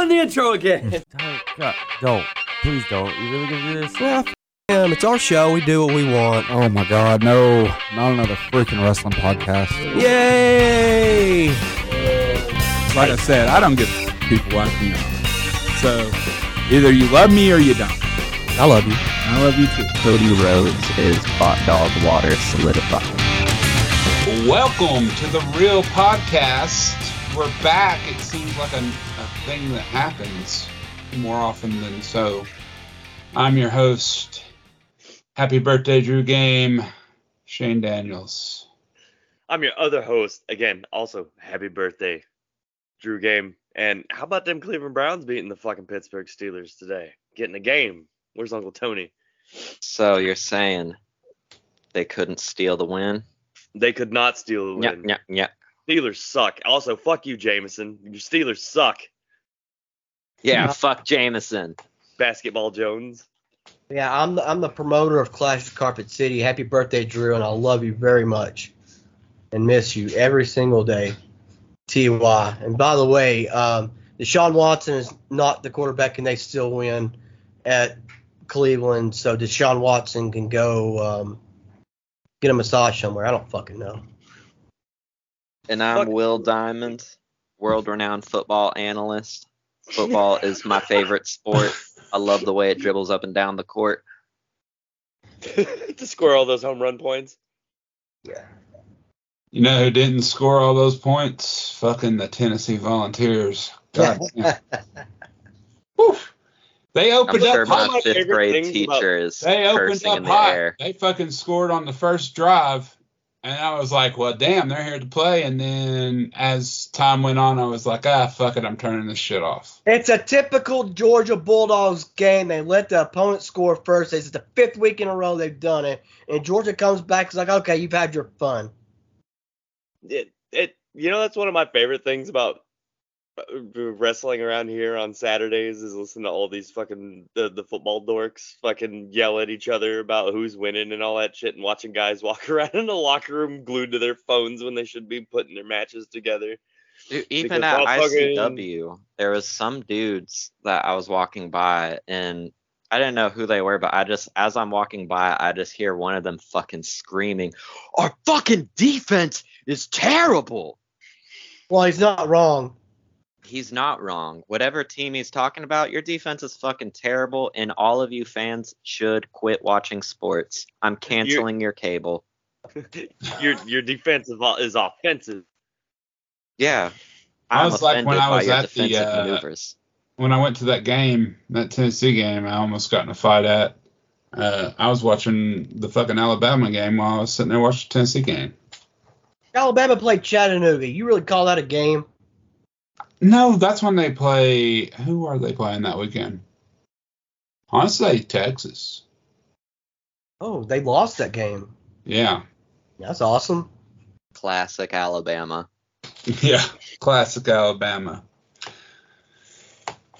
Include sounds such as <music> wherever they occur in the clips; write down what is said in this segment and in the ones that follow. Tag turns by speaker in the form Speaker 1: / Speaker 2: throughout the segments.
Speaker 1: the intro again.
Speaker 2: Don't, God, don't. Please don't. You really gonna do this?
Speaker 3: Yeah, f- him. It's our show. We do what we want.
Speaker 4: Oh my God, no! Not another freaking wrestling podcast.
Speaker 3: Yay!
Speaker 4: Like I said, I don't give a f- people like me. So either you love me or you don't.
Speaker 3: I love you.
Speaker 4: I love you too.
Speaker 5: Cody Rhodes is hot dog water solidified.
Speaker 6: Welcome to the Real Podcast. We're back. It seems like a, a thing that happens more often than so. I'm your host. Happy birthday, Drew Game, Shane Daniels.
Speaker 1: I'm your other host. Again, also, happy birthday, Drew Game. And how about them Cleveland Browns beating the fucking Pittsburgh Steelers today? Getting a game. Where's Uncle Tony?
Speaker 5: So you're saying they couldn't steal the win?
Speaker 1: They could not steal the
Speaker 5: Yeah,
Speaker 1: win.
Speaker 5: yeah, yeah.
Speaker 1: Steelers suck. Also, fuck you, Jameson. Your Steelers suck.
Speaker 5: Yeah, fuck Jameson.
Speaker 1: Basketball Jones. <laughs>
Speaker 7: Yeah, I'm the, I'm the promoter of Clash of Carpet City. Happy birthday, Drew, and I love you very much and miss you every single day. TY. And by the way, um, Deshaun Watson is not the quarterback, and they still win at Cleveland. So Deshaun Watson can go um, get a massage somewhere. I don't fucking know.
Speaker 5: And I'm
Speaker 1: Fuck.
Speaker 5: Will Diamond, world renowned football analyst. Football is my favorite sport. I love the way it dribbles up and down the court.
Speaker 1: to score all those home run points.
Speaker 6: You know who didn't score all those points? Fucking the Tennessee Volunteers. God damn. Woof. They
Speaker 5: I'm
Speaker 6: opened
Speaker 5: sure
Speaker 6: up hot.
Speaker 5: my
Speaker 1: my
Speaker 5: fifth
Speaker 1: favorite
Speaker 5: grade
Speaker 1: things about-
Speaker 5: teacher is
Speaker 6: They opened
Speaker 5: cursing
Speaker 6: up
Speaker 5: in the
Speaker 6: hot.
Speaker 5: air.
Speaker 6: They fucking scored on the first drive, and I was like, "Well, damn, they're here to play." And then as time went on, I was like, "Ah, fuck it, I'm turning this shit off."
Speaker 7: It's a typical Georgia Bulldogs game. They let the opponent score first. It's the fifth week in a row they've done it. And Georgia comes back, it's like, okay, you've had your fun.
Speaker 1: it, it you know that's one of my favorite things about uh, wrestling around here on Saturdays is listen to all these fucking the, the football dorks fucking yell at each other about who's winning and all that shit and watching guys <laughs> walk around in the locker room glued to their phones when they should be putting their matches together.
Speaker 5: Dude,
Speaker 1: Because
Speaker 5: even at
Speaker 1: that fucking-
Speaker 5: ICW, there was some dudes that I was walking by, and I didn't know who they were, but I just, as I'm walking by, I just hear one of them fucking screaming, "Our fucking defense is terrible."
Speaker 7: Well, he's not wrong.
Speaker 5: He's not wrong. Whatever team he's talking about, your defense is fucking terrible, and all of you fans should quit watching sports. I'm canceling your cable.
Speaker 1: Your your defense is o- is offensive.
Speaker 5: Yeah,
Speaker 6: I
Speaker 5: I'm
Speaker 6: was like
Speaker 5: offended
Speaker 6: when I
Speaker 5: by
Speaker 6: was
Speaker 5: your
Speaker 6: at the,
Speaker 5: defensive
Speaker 6: uh,
Speaker 5: maneuvers.
Speaker 6: When I went to that game, that Tennessee game, I almost got in a fight at. Uh, I was watching the fucking Alabama game while I was sitting there watching the Tennessee game.
Speaker 7: Alabama played Chattanooga. You really call that a game?
Speaker 6: No, that's when they play. Who are they playing that weekend? Honestly, Texas.
Speaker 7: Oh, they lost that game.
Speaker 6: Yeah.
Speaker 7: That's awesome.
Speaker 5: Classic Alabama.
Speaker 6: <laughs> Yeah. Classic Alabama.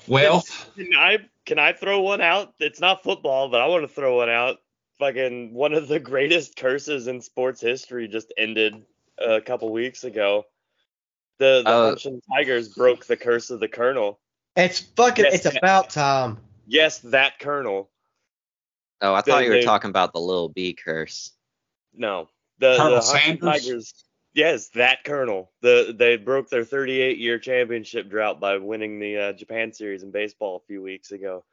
Speaker 6: Well,
Speaker 1: Can I can I throw one out? It's not football, but I want to throw one out. Fucking one of the greatest curses in sports history just ended a couple weeks ago. The the
Speaker 5: Uh,
Speaker 1: Hanshin Tigers broke the curse of the Colonel.
Speaker 7: It's fucking.
Speaker 1: Yes,
Speaker 7: It's
Speaker 1: yeah.
Speaker 7: about time.
Speaker 1: Yes, that Colonel.
Speaker 5: Oh, I
Speaker 1: They-
Speaker 5: thought you were
Speaker 1: they-
Speaker 5: talking about the little B curse.
Speaker 1: No, the,
Speaker 6: Colonel
Speaker 1: the Hanshin
Speaker 6: Sanders?
Speaker 1: Tigers. Yes, that Colonel. The they broke their 38 year championship drought by winning the uh, Japan Series in baseball a few weeks ago.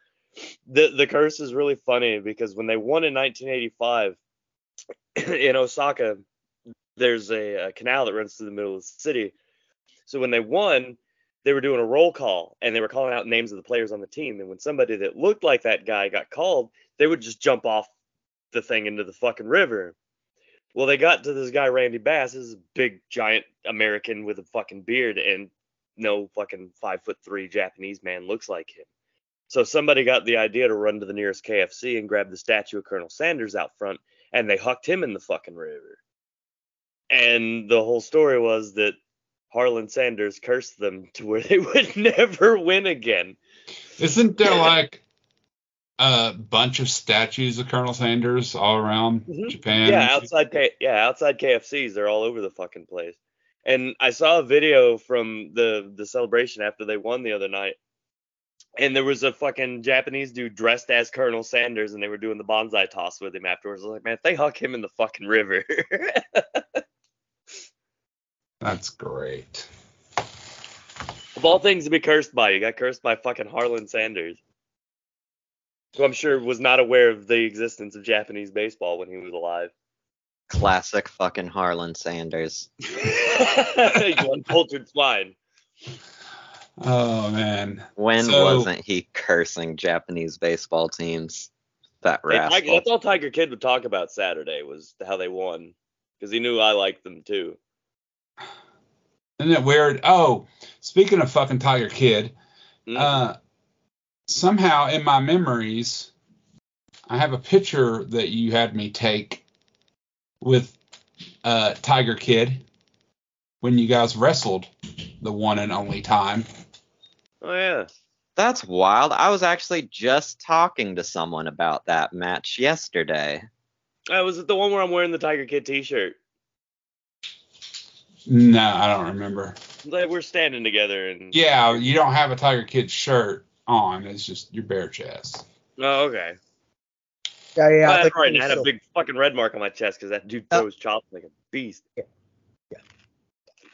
Speaker 1: The the curse is really funny because when they won in 1985 <clears throat> in Osaka, there's a, a canal that runs through the middle of the city. So when they won, they were doing a roll call and they were calling out names of the players on the team. And when somebody that looked like that guy got called, they would just jump off the thing into the fucking river. Well, they got to this guy Randy Bass. This is a big giant American with a fucking beard and no fucking five foot three Japanese man looks like him. So somebody got the idea to run to the nearest KFC and grab the statue of Colonel Sanders out front, and they hucked him in the fucking river. And the whole story was that Harlan Sanders cursed them <laughs> to where they would never win again.
Speaker 6: isn't there like a bunch of statues of Colonel Sanders all around
Speaker 1: Mhm.
Speaker 6: Japan?
Speaker 1: yeah, outside K- yeah, outside KFCs, they're all over the fucking place. And I saw a video from the the celebration after they won the other night and there was a fucking Japanese dude dressed as Colonel Sanders, and they were doing the bonsai toss with him afterwards. I was like, man, if they huck him in the fucking river. <laughs>
Speaker 6: That's great.
Speaker 1: of all things to be cursed by, you got cursed by fucking Harlan Sanders, who I'm sure was not aware of the existence of Japanese baseball when he was alive. <laughs>
Speaker 5: Classic fucking Harlan Sanders.
Speaker 1: One cultured swine.
Speaker 6: Oh man.
Speaker 5: When
Speaker 6: So-
Speaker 5: wasn't he cursing Japanese baseball teams? That
Speaker 1: Hey, Tiger-
Speaker 5: rascal.
Speaker 1: that's all Tiger Kid would talk about Saturday was how they won, because he knew I liked them too.
Speaker 6: Isn't it weird? Oh, speaking of fucking Tiger Kid,
Speaker 1: Mm.
Speaker 6: uh, somehow in my memories, I have a picture that you had me take with uh, Tiger Kid when you guys wrestled the one and only time.
Speaker 1: oh yeah.
Speaker 5: That's wild. I was actually just talking to someone about that match yesterday.
Speaker 1: Uh, was it the one where I'm wearing the Tiger Kid T-shirt?
Speaker 6: No, I don't remember.
Speaker 1: Like we're standing together and.
Speaker 6: Yeah, you don't have a Tiger Kid shirt on. It's just your bare chest.
Speaker 1: Oh okay.
Speaker 7: Yeah, yeah. I
Speaker 1: That's
Speaker 7: think
Speaker 1: right.
Speaker 7: it
Speaker 1: And I
Speaker 7: was
Speaker 1: had a
Speaker 7: so-
Speaker 1: big fucking red mark on my chest because that dude throws chops like a beast.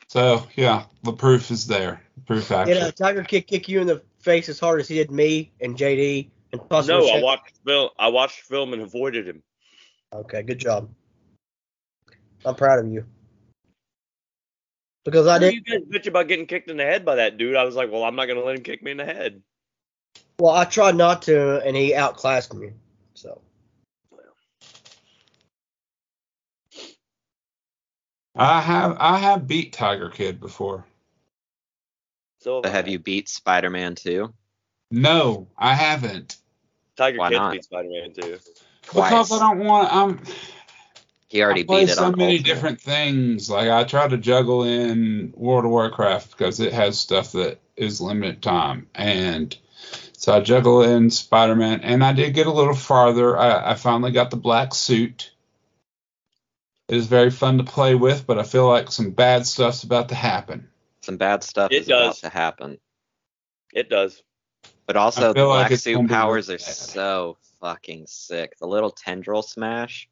Speaker 6: So yeah, the proof is there. The proof
Speaker 7: You
Speaker 6: actually.
Speaker 7: know, Tiger Kid kick you in the face as hard as he did me and JD and possibly.
Speaker 1: No, I
Speaker 7: Shaq.
Speaker 1: watched film. I watched film and avoided him.
Speaker 7: Okay, good job. I'm proud of you. Because I did.
Speaker 1: You guys bitch about getting kicked in the head by that dude. I was like, well, I'm not gonna let him kick me in the head.
Speaker 7: Well, I tried not to, and he outclassed me. So
Speaker 6: I have I have beat Tiger Kid before.
Speaker 1: So
Speaker 5: But have you beat Spider Man too?
Speaker 6: No, I haven't.
Speaker 1: Tiger
Speaker 5: Why
Speaker 1: Kid
Speaker 5: not?
Speaker 1: beat Spider-Man too.
Speaker 5: Twice.
Speaker 6: Because I don't want. I'm.
Speaker 5: He already
Speaker 6: I play
Speaker 5: beat it
Speaker 6: so
Speaker 5: on
Speaker 6: many
Speaker 5: Ultimate.
Speaker 6: different things. Like I try to juggle in World of Warcraft because it has stuff that is limited time, and so I juggle in Spider Man, and I did get a little farther. I, I finally got the black suit. It is very fun to play with, but I feel like some bad stuff's about to happen.
Speaker 5: Some bad stuff
Speaker 1: It
Speaker 5: is about
Speaker 1: does.
Speaker 5: to happen.
Speaker 1: It does.
Speaker 5: But also,
Speaker 6: I
Speaker 5: the
Speaker 6: feel like
Speaker 5: black
Speaker 6: it's gonna
Speaker 5: suit
Speaker 6: be
Speaker 5: powers
Speaker 6: really
Speaker 5: are
Speaker 6: bad.
Speaker 5: so fucking sick. The little tendril smash.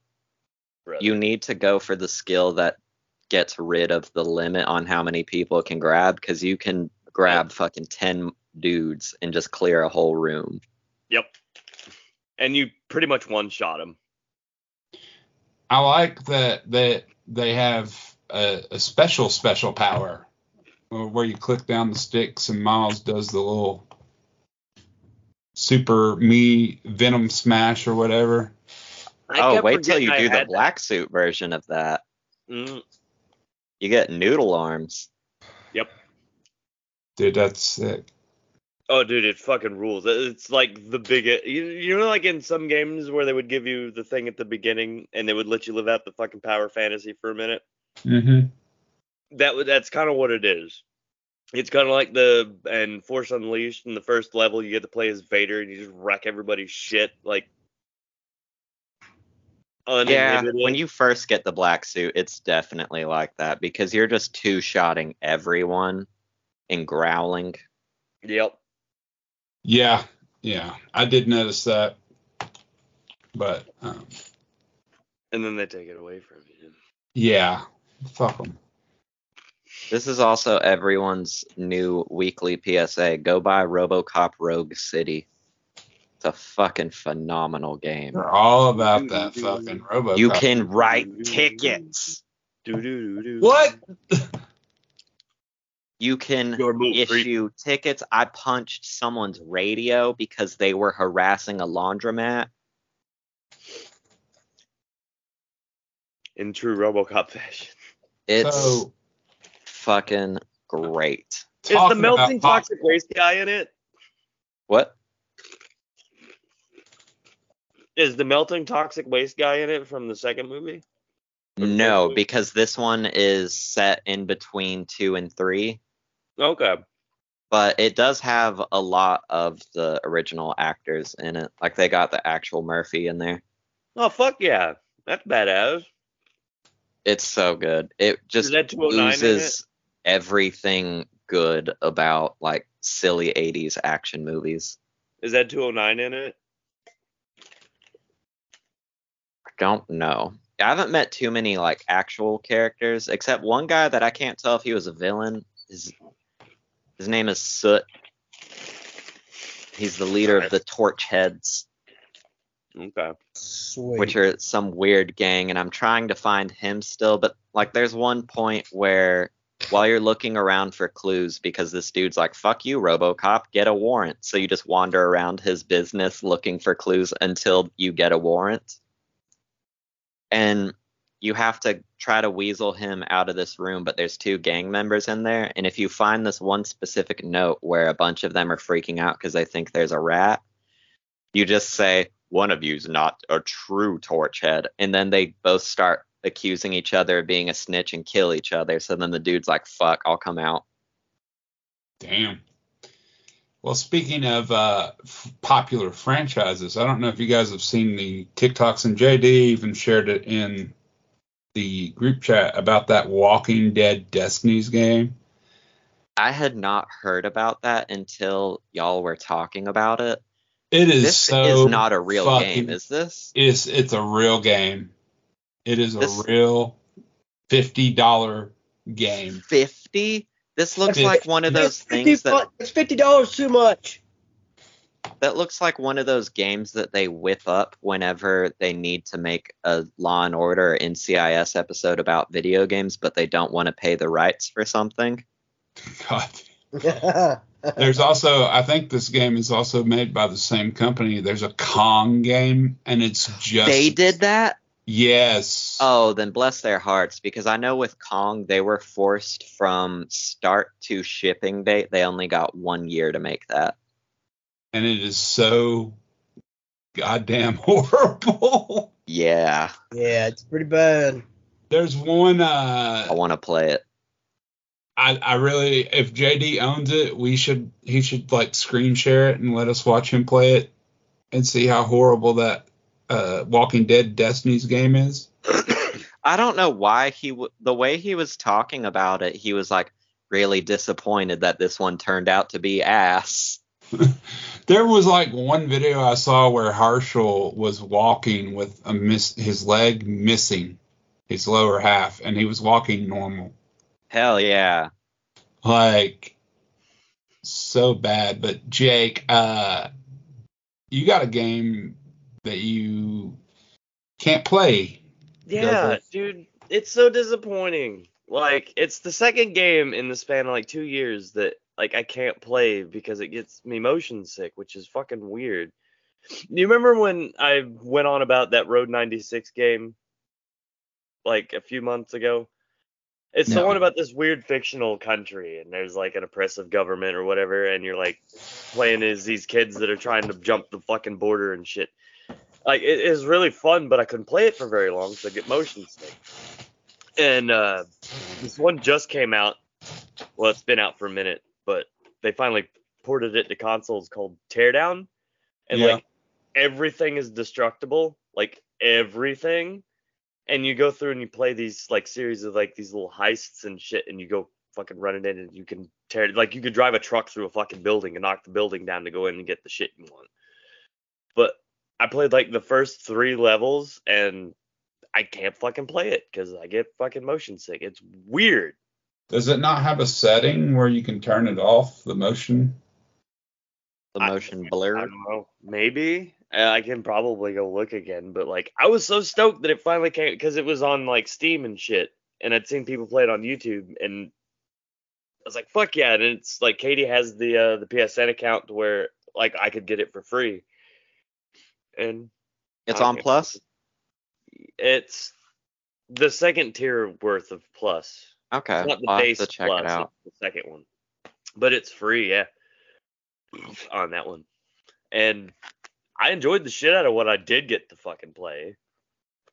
Speaker 1: brother.
Speaker 5: You need to go for the skill that gets rid of the limit on how many people it can grab, because you can grab fucking ten dudes and just clear a whole room.
Speaker 1: Yep. And you pretty much one shot him.
Speaker 6: I like that that they have a, a special special power uh, where you click down the sticks and Miles does the little super me venom smash or whatever.
Speaker 1: I
Speaker 5: oh,
Speaker 1: kept
Speaker 5: wait till you
Speaker 1: forgetting I
Speaker 5: do the
Speaker 1: had
Speaker 5: black suit version of that.
Speaker 1: that. Mm,
Speaker 5: You get noodle arms.
Speaker 6: Dude, that's sick.
Speaker 1: Oh, dude, it fucking rules. It- It's like the biggest. You, you know, like in some games where they would give you the thing at the beginning and they would let you live out the fucking power fantasy for a minute.
Speaker 6: Mm-hmm.
Speaker 1: That would that's kind of what it is. It's kind of like the and Force Unleashed in the first level, you get to play as Vader and you just wreck everybody's shit like.
Speaker 5: Yeah,
Speaker 1: uninhibited.
Speaker 5: when you first get the black suit, it's definitely like that because you're just two shotting everyone and growling.
Speaker 1: Yep.
Speaker 6: Yeah, yeah, I did notice that, but um,
Speaker 1: And then they take it away from you.
Speaker 6: yeah, fuck 'em.
Speaker 5: This is also everyone's new weekly PSA. Go buy RoboCop Rogue City. It's a fucking phenomenal game.
Speaker 6: They're all about that fucking robot.
Speaker 5: You can write tickets.
Speaker 1: Do do do do.
Speaker 6: what?
Speaker 5: You can
Speaker 1: Your move, creep.
Speaker 5: issue tickets. I punched someone's radio because they were harassing a laundromat.
Speaker 1: In true RoboCop fashion.
Speaker 5: It's
Speaker 6: so
Speaker 5: fucking great.
Speaker 1: Is the
Speaker 6: talking about
Speaker 1: melting
Speaker 6: pop-
Speaker 1: toxic waste guy in it?
Speaker 5: What?
Speaker 1: Is the melting toxic waste guy in it from the second movie?
Speaker 5: No,
Speaker 1: Okay.
Speaker 5: because this one is set in between two and three,
Speaker 1: Okay.
Speaker 5: but it does have a lot of the original actors in it. Like they got the actual Murphy in there.
Speaker 1: Oh fuck yeah, that's badass.
Speaker 5: It's so good. It
Speaker 1: Is
Speaker 5: just
Speaker 1: that 209 in it?
Speaker 5: loses everything good about like silly 80s action movies.
Speaker 1: Is that 209 in it?
Speaker 5: I don't know. I haven't met too many like actual characters except one guy that I can't tell if he was a villain. His his name is Soot. He's the leader of the Torch Heads,
Speaker 1: Okay.
Speaker 7: Sweet.
Speaker 5: which are some weird gang, and I'm trying to find him still. But like, there's one point where while you're looking around for clues, because this dude's like, "Fuck you, RoboCop, get a warrant." So you just wander around his business looking for clues until you get a warrant, and you have to try to weasel him out of this room. But there's two gang members in there, and if you find this one specific note where a bunch of them are freaking out because they think there's a rat, you just say one of you's not a true torch head and then they both start accusing each other of being a snitch and kill each other so then the dude's like fuck i'll come out
Speaker 6: Damn. Well, speaking of uh, f- popular franchises, I don't know if you guys have seen the TikToks, and JD even shared it in the group chat about that Walking Dead Destinies game.
Speaker 5: i had not heard about that until y'all were talking about it
Speaker 6: It is
Speaker 5: this
Speaker 6: so
Speaker 5: is not a real
Speaker 6: fucking-
Speaker 5: game is this
Speaker 6: It's it's a real game. It is a
Speaker 5: This-
Speaker 6: real fifty dollar game. <laughs>
Speaker 5: 50 this looks
Speaker 6: Yeah.
Speaker 5: like one of those
Speaker 7: It's 50
Speaker 5: things that
Speaker 7: bucks- It's fifty dollars too much. <laughs>
Speaker 5: that looks like one of those games that they whip up whenever they need to make a law and order or ncis episode about video games but they don't want to pay the rights for something
Speaker 6: God.
Speaker 7: yeah,
Speaker 6: There's also I think this game is also made by the same company. There's a Kong game and it's just
Speaker 5: they did that
Speaker 6: Yes.
Speaker 5: oh then bless their hearts because i know with kong they were forced from start to shipping date they only got one year to make that
Speaker 6: and it is so goddamn <laughs> horrible.
Speaker 5: yeah
Speaker 7: it's pretty bad.
Speaker 6: There's one
Speaker 5: i
Speaker 6: uh
Speaker 5: want to play it <coughs>
Speaker 6: I, I really if JD owns it, we should he should like screen share it and let us watch him play it and see how horrible that uh Walking Dead Destiny's game is.
Speaker 5: i don't know why he w- the way he was talking about it he was like really disappointed that this one turned out to be ass
Speaker 6: There was like one video I saw where Harshal was walking with a miss his leg missing his lower half and he was walking normal.
Speaker 5: hell yeah
Speaker 6: like so bad but jake uh you got a game that you can't play
Speaker 1: Yeah,
Speaker 6: Doesn't-
Speaker 1: dude, it's so disappointing. Like, it's the second game in the span of like two years that like I can't play because it gets me motion sick, which is fucking weird. You remember when I went on about that Road 96 game like a few months ago? It's the
Speaker 6: No.
Speaker 1: one about this weird fictional country and there's like an oppressive government or whatever, and you're like playing as these kids that are trying to jump the fucking border and shit like it is really fun, but I couldn't play it for very long because I get motion sick. And uh, this one just came out. Well, it's been out for a minute, but they finally ported it to consoles called Teardown, and
Speaker 6: Yeah.
Speaker 1: like everything is destructible, like everything. And you go through and you play these like series of like these little heists and shit, and you go fucking running in and you can tear like you could drive a truck through a fucking building and knock the building down to go in and get the shit you want. But I played like the first three levels and I can't fucking play it because I get fucking motion sick. It's weird.
Speaker 6: does it not have a setting where you can turn it off the motion
Speaker 5: the
Speaker 1: I-
Speaker 5: motion
Speaker 1: I
Speaker 5: blur
Speaker 1: don't know. Maybe Uh, I can probably go look again, but like I was so stoked that it finally came because it was on like Steam and shit, and I'd seen people play it on YouTube, and I was like, fuck yeah! And it's like Katie has the uh, the PSN account to where like I could get it for free, and
Speaker 5: it's
Speaker 1: I
Speaker 5: on
Speaker 1: can't-
Speaker 5: plus
Speaker 1: it's the second tier worth of plus.
Speaker 5: okay
Speaker 1: It's not the
Speaker 5: i'll have
Speaker 1: base
Speaker 5: to check
Speaker 1: plus,
Speaker 5: it out
Speaker 1: it's the second one. But it's free, yeah. On that one. And I enjoyed the shit out of what I did get to fucking play.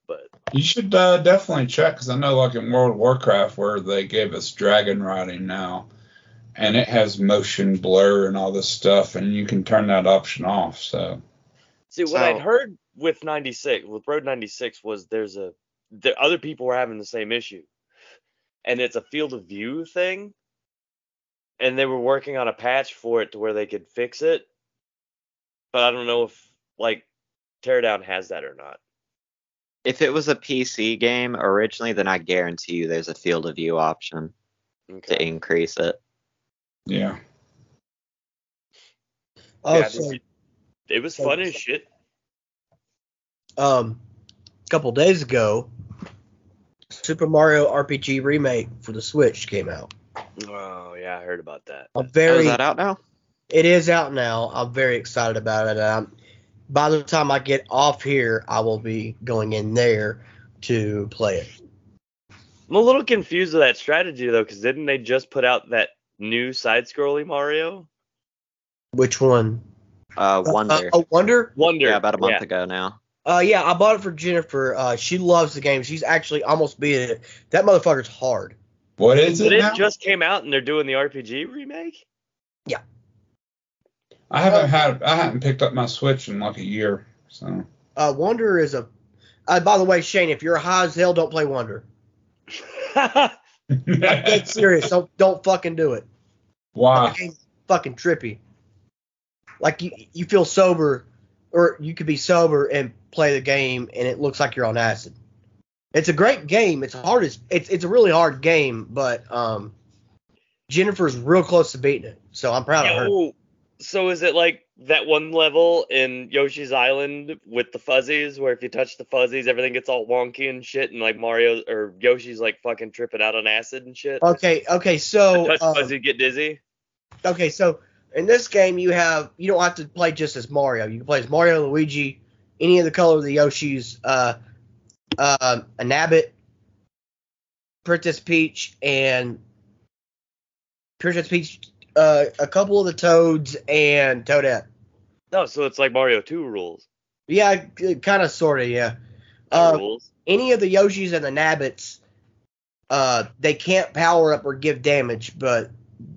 Speaker 1: But
Speaker 6: you should uh, definitely check because i know like in world of warcraft where they gave us dragon riding now and it has motion blur and all this stuff and you can turn that option off so
Speaker 1: see what I'd
Speaker 5: So-
Speaker 1: heard with 96, with Road 96 was there's a the other people were having the same issue. And it's a field of view thing. and they were working on a patch for it to where they could fix it. But I don't know if like Teardown has that or not.
Speaker 5: If it was a PC game originally, then I guarantee you there's a field of view option to
Speaker 1: Okay.
Speaker 5: increase it.
Speaker 6: Yeah.
Speaker 1: Yeah,
Speaker 7: Oh,
Speaker 1: I
Speaker 7: so,
Speaker 1: just- it was fun as shit.
Speaker 7: um, a couple days ago, Super Mario RPG remake for the Switch came out.
Speaker 1: Oh yeah, I heard about that.
Speaker 7: I'm
Speaker 5: Oh, is
Speaker 7: very.
Speaker 5: that out now?
Speaker 7: It is out now. I'm very excited about it. Um, by the time I get off here, I will be going in there to play it.
Speaker 1: I'm a little confused with that strategy though, because didn't they just put out that new side-scrolling Mario
Speaker 7: Which one?
Speaker 5: Uh, Wonder.
Speaker 7: Uh, uh, Wonder.
Speaker 1: Wonder?
Speaker 5: yeah, about a month
Speaker 1: yeah.
Speaker 5: ago now.
Speaker 7: Uh, yeah, I bought it for Jennifer. Uh, she loves the game. She's actually almost beat it. That motherfucker's hard.
Speaker 6: What is
Speaker 1: But
Speaker 6: it now?
Speaker 1: it just came out and they're doing the RPG
Speaker 6: <laughs>
Speaker 1: remake.
Speaker 6: I haven't had I haven't picked up my Switch in like a year. So
Speaker 7: Uh, Wonder is a. Uh, by the way, Shane, if you're high as hell, don't play Wonder. I'm
Speaker 6: <laughs>
Speaker 7: dead serious. Don't don't fucking do it.
Speaker 6: Why?
Speaker 7: That game's fucking trippy. Like you you feel sober, or you could be sober and play the game, and it looks like you're on acid. It's a great game. It's hard as it's it's a really hard game, but um, Jennifer's real close to beating it, so I'm proud of her.
Speaker 1: Yo, Oh, so is it like that one level in Yoshi's Island with the fuzzies, where if you touch the fuzzies, everything gets all wonky and shit, and like Mario or Yoshi's like fucking tripping out on acid and shit?
Speaker 6: Oh,
Speaker 7: Okay, okay, so
Speaker 1: touch
Speaker 6: uh,
Speaker 7: um,
Speaker 1: fuzzy, get dizzy.
Speaker 7: okay, so in this game you have you don't have to play just as Mario. You can play as Mario, Luigi, any of the color of the Yoshi's, uh, um, a Nabbit, Princess Peach, and Princess Peach, uh, a couple of the Toads and Toadette.
Speaker 1: No, Oh, so it's like Mario 2 rules.
Speaker 7: Yeah, kind of, sort of, yeah.
Speaker 1: Not
Speaker 7: Uh,
Speaker 1: rules.
Speaker 7: any of the Yoshis and the Nabbits, uh, they can't power up or give damage, but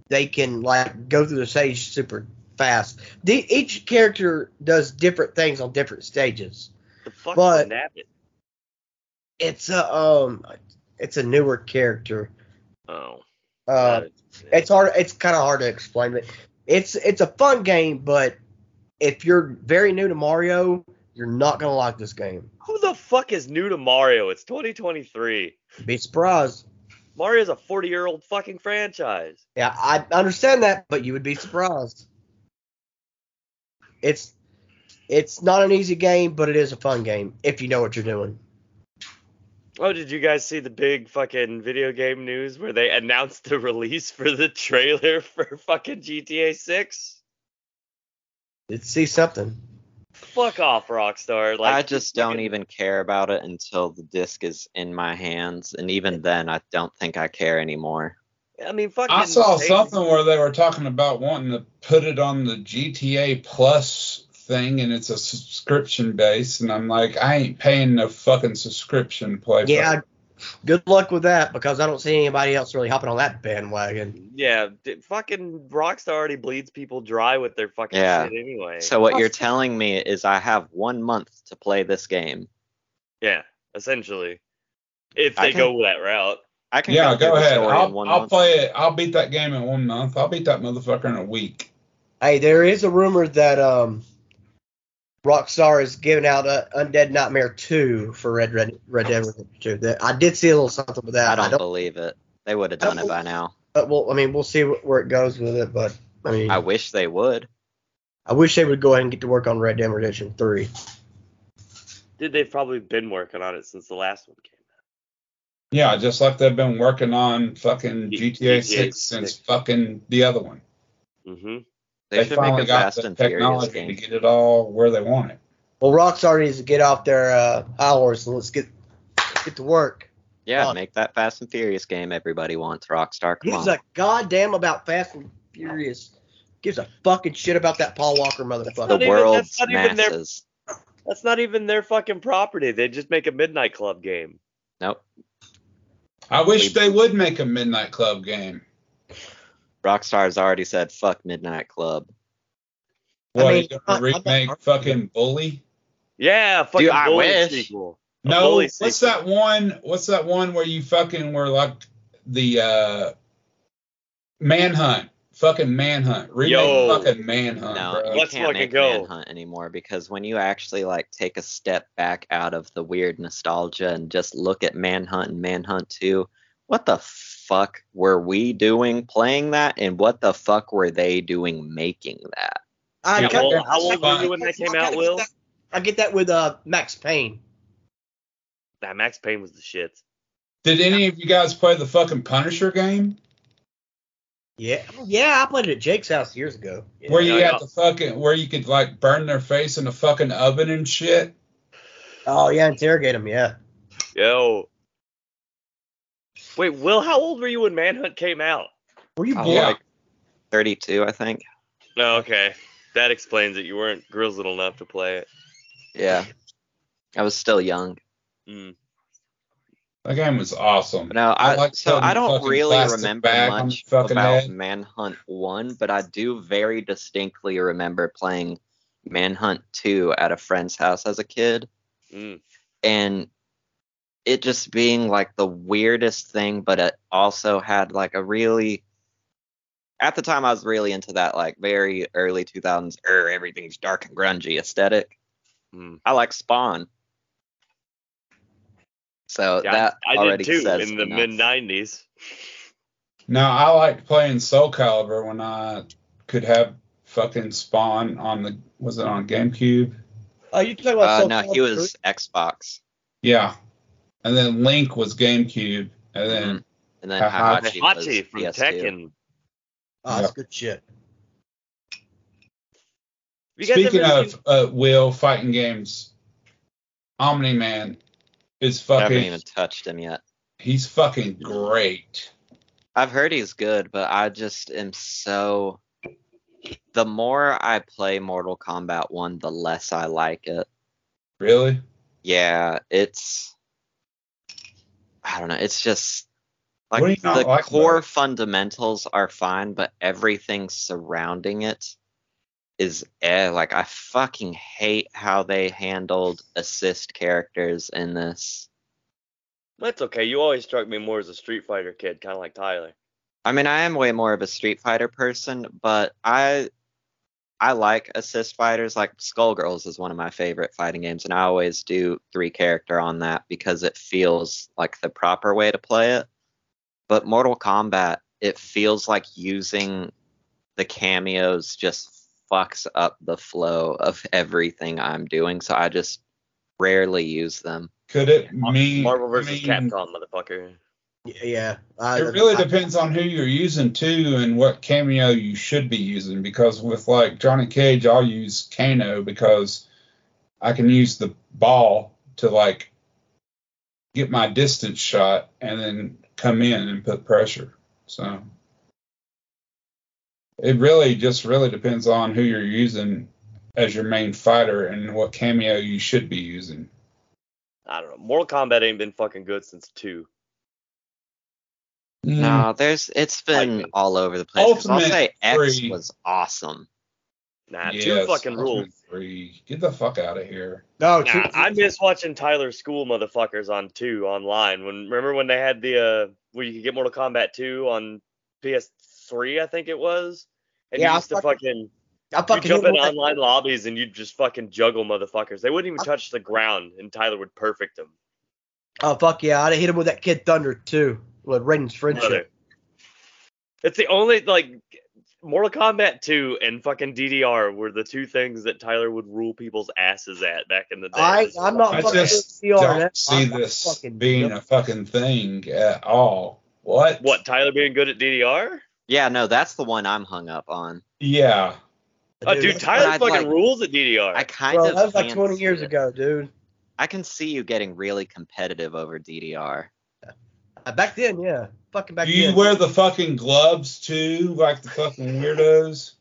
Speaker 7: they can like go through the stage super fast. The, each character does different things on different stages.
Speaker 1: The fuck
Speaker 7: but-
Speaker 1: is a nabbit?
Speaker 7: It's a um, it's a newer character.
Speaker 1: Oh.
Speaker 7: Uh,
Speaker 1: that is-
Speaker 7: it's hard. It's kind of hard to explain, but it's it's a fun game. But if you're very new to Mario, you're not gonna like this game.
Speaker 1: Who the fuck is new to Mario? It's 2023.
Speaker 7: Be surprised.
Speaker 1: Mario's a 40 year old fucking franchise.
Speaker 7: Yeah, I understand that, but you would be surprised. It's it's not an easy game, but it is a fun game if you know what you're doing.
Speaker 1: Oh, did you guys see the big fucking video game news where they announced the <laughs> release for the trailer for fucking GTA 6?
Speaker 7: Let's see something.
Speaker 1: Fuck off, Rockstar. Like,
Speaker 5: I just don't
Speaker 1: fucking-
Speaker 5: even care about it until the disc is in my hands, and even then, I don't think I care anymore.
Speaker 1: I mean, fucking.
Speaker 6: I saw
Speaker 1: they-
Speaker 6: something where they were talking about wanting to put it on the GTA Plus thing, and it's a subscription base, and I'm like, I ain't paying no fucking subscription play.
Speaker 7: Yeah, good luck with that because I don't see anybody else really hopping on that bandwagon.
Speaker 1: Yeah, d- fucking Rockstar already bleeds people dry with their fucking
Speaker 5: Yeah.
Speaker 1: shit anyway.
Speaker 5: So what you're telling me is I have one month to play this game.
Speaker 1: yeah, essentially, if
Speaker 5: I
Speaker 1: they
Speaker 5: can-
Speaker 1: go that route.
Speaker 5: I can
Speaker 6: Yeah,
Speaker 5: through
Speaker 6: go
Speaker 5: the
Speaker 6: ahead.
Speaker 5: story in
Speaker 6: I'll,
Speaker 5: one
Speaker 6: I'll
Speaker 5: month.
Speaker 6: play it. I'll beat that game in one month. I'll beat that motherfucker in a week.
Speaker 7: Hey, there is a rumor that um Rockstar is giving out uh, Undead Nightmare 2 for Red Red Red Dead Redemption 2. That I did see a little something with that.
Speaker 5: I don't, believe it. They would have
Speaker 7: I
Speaker 5: done
Speaker 7: don't
Speaker 5: it by now.
Speaker 7: but well, I mean, we'll see wh- where it goes with it, but I mean,
Speaker 5: I wish they would.
Speaker 7: I wish they would go ahead and get to work on Red Dead Redemption 3.
Speaker 1: Dude, they've probably been working on it since the last one came out.
Speaker 6: Yeah, just like they've been working on fucking
Speaker 1: G-
Speaker 6: GTA,
Speaker 1: GTA
Speaker 6: 6
Speaker 1: six.
Speaker 6: since fucking the other one.
Speaker 1: Mm-hmm.
Speaker 5: They, should make a Fast and Furious game.
Speaker 6: to get it all where they want it.
Speaker 7: Well, Rockstar needs to get off their uh, high horse and let's get get to work.
Speaker 5: Yeah,
Speaker 7: on.
Speaker 5: make that Fast and Furious game everybody wants. Rockstar, come
Speaker 7: Gives
Speaker 5: on.
Speaker 7: a goddamn about Fast and Furious. Gives a fucking shit about that Paul Walker
Speaker 5: the
Speaker 1: not
Speaker 7: motherfucker.
Speaker 1: even-
Speaker 5: world's
Speaker 1: that's not even their-
Speaker 5: masses.
Speaker 1: That's not even their fucking property. They just make a Midnight Club game.
Speaker 5: Nope.
Speaker 6: I wish
Speaker 5: We-
Speaker 6: they would make a Midnight Club game.
Speaker 5: Rockstar's already said fuck Midnight Club.
Speaker 7: I
Speaker 6: What,
Speaker 7: mean,
Speaker 6: are you gonna
Speaker 7: I- I-
Speaker 6: remake fucking Bully?
Speaker 1: Yeah, fucking
Speaker 5: I
Speaker 1: Bully
Speaker 5: wish.
Speaker 1: sequel. A
Speaker 6: No,
Speaker 1: Bully
Speaker 6: what's
Speaker 1: sequel.
Speaker 6: that one? What's that one where you fucking were like the uh manhunt? Fucking manhunt. Remake
Speaker 1: Yo.
Speaker 6: fucking manhunt.
Speaker 5: No,
Speaker 6: Uh, bro.
Speaker 5: you
Speaker 1: Let's
Speaker 5: can't
Speaker 1: fucking
Speaker 5: make
Speaker 1: go.
Speaker 5: Manhunt anymore because when you actually like take a step back out of the weird nostalgia and just look at Manhunt and Manhunt 2, what the fuck were we doing playing that and what the fuck were they doing making that?
Speaker 7: I
Speaker 1: Yeah,
Speaker 7: got
Speaker 1: well,
Speaker 7: that-
Speaker 1: how old were you when that came
Speaker 7: I
Speaker 1: out,
Speaker 7: got
Speaker 1: Will?
Speaker 7: that- I get that with uh, Max Payne.
Speaker 1: That Max Payne was the shit.
Speaker 6: Did any of you guys play the fucking Punisher game?
Speaker 7: Yeah, Oh, yeah, I played it at Jake's house years ago.
Speaker 6: where you
Speaker 1: Yeah,
Speaker 6: had
Speaker 1: yeah.
Speaker 6: the fucking where you could like burn their face in a fucking oven and shit.
Speaker 7: Oh yeah, interrogate him. Yeah,
Speaker 1: Yo. Wait, Will, how old were you when Manhunt came out?
Speaker 7: were you
Speaker 5: I
Speaker 7: born?
Speaker 5: was
Speaker 6: Oh, Yeah.
Speaker 5: like 32, I think.
Speaker 1: No, okay. That explains it. You weren't grizzled enough to play it.
Speaker 5: Yeah. I was still young.
Speaker 1: Mm.
Speaker 6: That game was awesome.
Speaker 5: No, I,
Speaker 6: like
Speaker 5: so
Speaker 6: putting
Speaker 5: I
Speaker 6: the
Speaker 5: don't
Speaker 6: fucking
Speaker 5: really
Speaker 6: plastic
Speaker 5: remember
Speaker 6: bag on
Speaker 5: much
Speaker 6: the fucking
Speaker 5: about
Speaker 6: head.
Speaker 5: Manhunt 1, but I do very distinctly remember playing Manhunt 2 at a friend's house as a kid
Speaker 1: Mm.
Speaker 5: and it just being like the weirdest thing, but it also had like a really at the time I was really into that like very early 2000s er everything's dark and grungy aesthetic.
Speaker 1: Mm.
Speaker 5: I like Spawn. So
Speaker 1: Yeah, I-
Speaker 5: that
Speaker 1: I,
Speaker 5: already
Speaker 1: did too
Speaker 5: says
Speaker 1: in the
Speaker 5: enough.
Speaker 1: mid 90s.
Speaker 6: No, I liked playing Soul Calibur when I could have fucking Spawn on the was it on GameCube?
Speaker 7: Oh, you talking about
Speaker 5: Uh,
Speaker 7: Soul
Speaker 5: no, he
Speaker 7: Calibur?
Speaker 5: was Xbox,
Speaker 6: Yeah. And then Link was GameCube. And then
Speaker 5: and then
Speaker 6: Uh,
Speaker 5: Hihachi,
Speaker 1: Hachi from
Speaker 5: was PS2.
Speaker 1: Tekken. Have
Speaker 7: Oh, that's good shit.
Speaker 1: you guys
Speaker 6: speaking
Speaker 1: ever
Speaker 6: of uh, Will fighting games, Omni Man is
Speaker 5: I haven't
Speaker 6: fucking
Speaker 5: even touched him yet.
Speaker 6: he's fucking great.
Speaker 5: I've heard he's good, but I just am so. The more I play Mortal Kombat 1, the less I like it.
Speaker 6: Really?
Speaker 5: Yeah, it's. I don't know. It's just. Like,
Speaker 6: What do you not
Speaker 5: the
Speaker 6: like about
Speaker 5: core
Speaker 6: it?
Speaker 5: fundamentals are fine, but everything surrounding it is eh. Like, I fucking hate how they handled assist characters in this.
Speaker 1: That's okay. You always struck me more as a Street Fighter kid, kind of like Tyler.
Speaker 5: I mean, I am way more of a Street Fighter person, but I I like assist fighters. Like Skullgirls is one of my favorite fighting games, and I always do three character on that because it feels like the proper way to play it. But Mortal Kombat, it feels like using the cameos just fucks up the flow of everything I'm doing, so I just rarely use them.
Speaker 6: Could it mean
Speaker 1: Marvel versus
Speaker 6: mean-
Speaker 1: Capcom, motherfucker.
Speaker 7: Y- Yeah, I,
Speaker 6: It really
Speaker 7: I-
Speaker 6: depends on who you're using too and what cameo you should be using because with like Johnny Cage I'll use Kano because I can use the ball to like get my distance shot and then come in and put pressure. So it really just really depends on who you're using as your main fighter and what cameo you should be using.
Speaker 1: I don't know. Mortal Kombat ain't been fucking good since two.
Speaker 5: No, there's it's been
Speaker 1: Like,
Speaker 5: all over the place. 'cause
Speaker 6: Mm.
Speaker 5: I'll
Speaker 6: Ultimate
Speaker 5: say X
Speaker 6: Three.
Speaker 5: was awesome.
Speaker 7: Mm.
Speaker 1: Nah, two
Speaker 6: Yes,
Speaker 1: fucking
Speaker 6: Ultimate
Speaker 1: rules.
Speaker 6: Three. Get the fuck out of here.
Speaker 7: No, Oh, two-
Speaker 1: Nah, I miss watching Tyler school motherfuckers on two online. When remember when they had the uh where you could get Mortal Kombat two on PS3, I think it was. And
Speaker 7: Yeah,
Speaker 1: you
Speaker 7: I
Speaker 1: used to
Speaker 7: fucking-
Speaker 1: fucking,
Speaker 7: I
Speaker 1: you
Speaker 7: fucking
Speaker 1: jump
Speaker 7: hit
Speaker 1: in
Speaker 7: him with that-
Speaker 1: online lobbies and you'd just fucking juggle motherfuckers. They wouldn't even
Speaker 7: I-
Speaker 1: touch the ground, and Tyler would perfect them.
Speaker 7: Oh fuck yeah, I'd have hit him with that Kid Thunder too. With Raiden's friendship.
Speaker 1: Brother. It's the only like Mortal Kombat 2 and fucking DDR were the two things that Tyler would rule people's asses at back in the day.
Speaker 7: I I'm not
Speaker 6: I
Speaker 7: fucking
Speaker 6: just
Speaker 7: with CR.
Speaker 6: don't
Speaker 7: That's-
Speaker 6: see
Speaker 7: I'm not
Speaker 6: this
Speaker 7: fucking-
Speaker 6: being a fucking thing at all. What?
Speaker 1: what Tyler being good at DDR?
Speaker 5: Yeah, no, that's the one I'm hung up on.
Speaker 6: Yeah.
Speaker 1: Oh, dude, Tyler
Speaker 5: I'd
Speaker 1: fucking
Speaker 5: like-
Speaker 1: rules at DDR.
Speaker 5: I kind
Speaker 7: Bro,
Speaker 5: of
Speaker 7: that was like
Speaker 5: can
Speaker 7: 20
Speaker 5: see
Speaker 7: years
Speaker 5: it.
Speaker 7: ago, dude.
Speaker 5: I can see you getting really competitive over DDR.
Speaker 7: Uh, Back then, yeah. Fucking back
Speaker 6: Do you
Speaker 7: then.
Speaker 6: wear the fucking gloves too, like the fucking weirdos?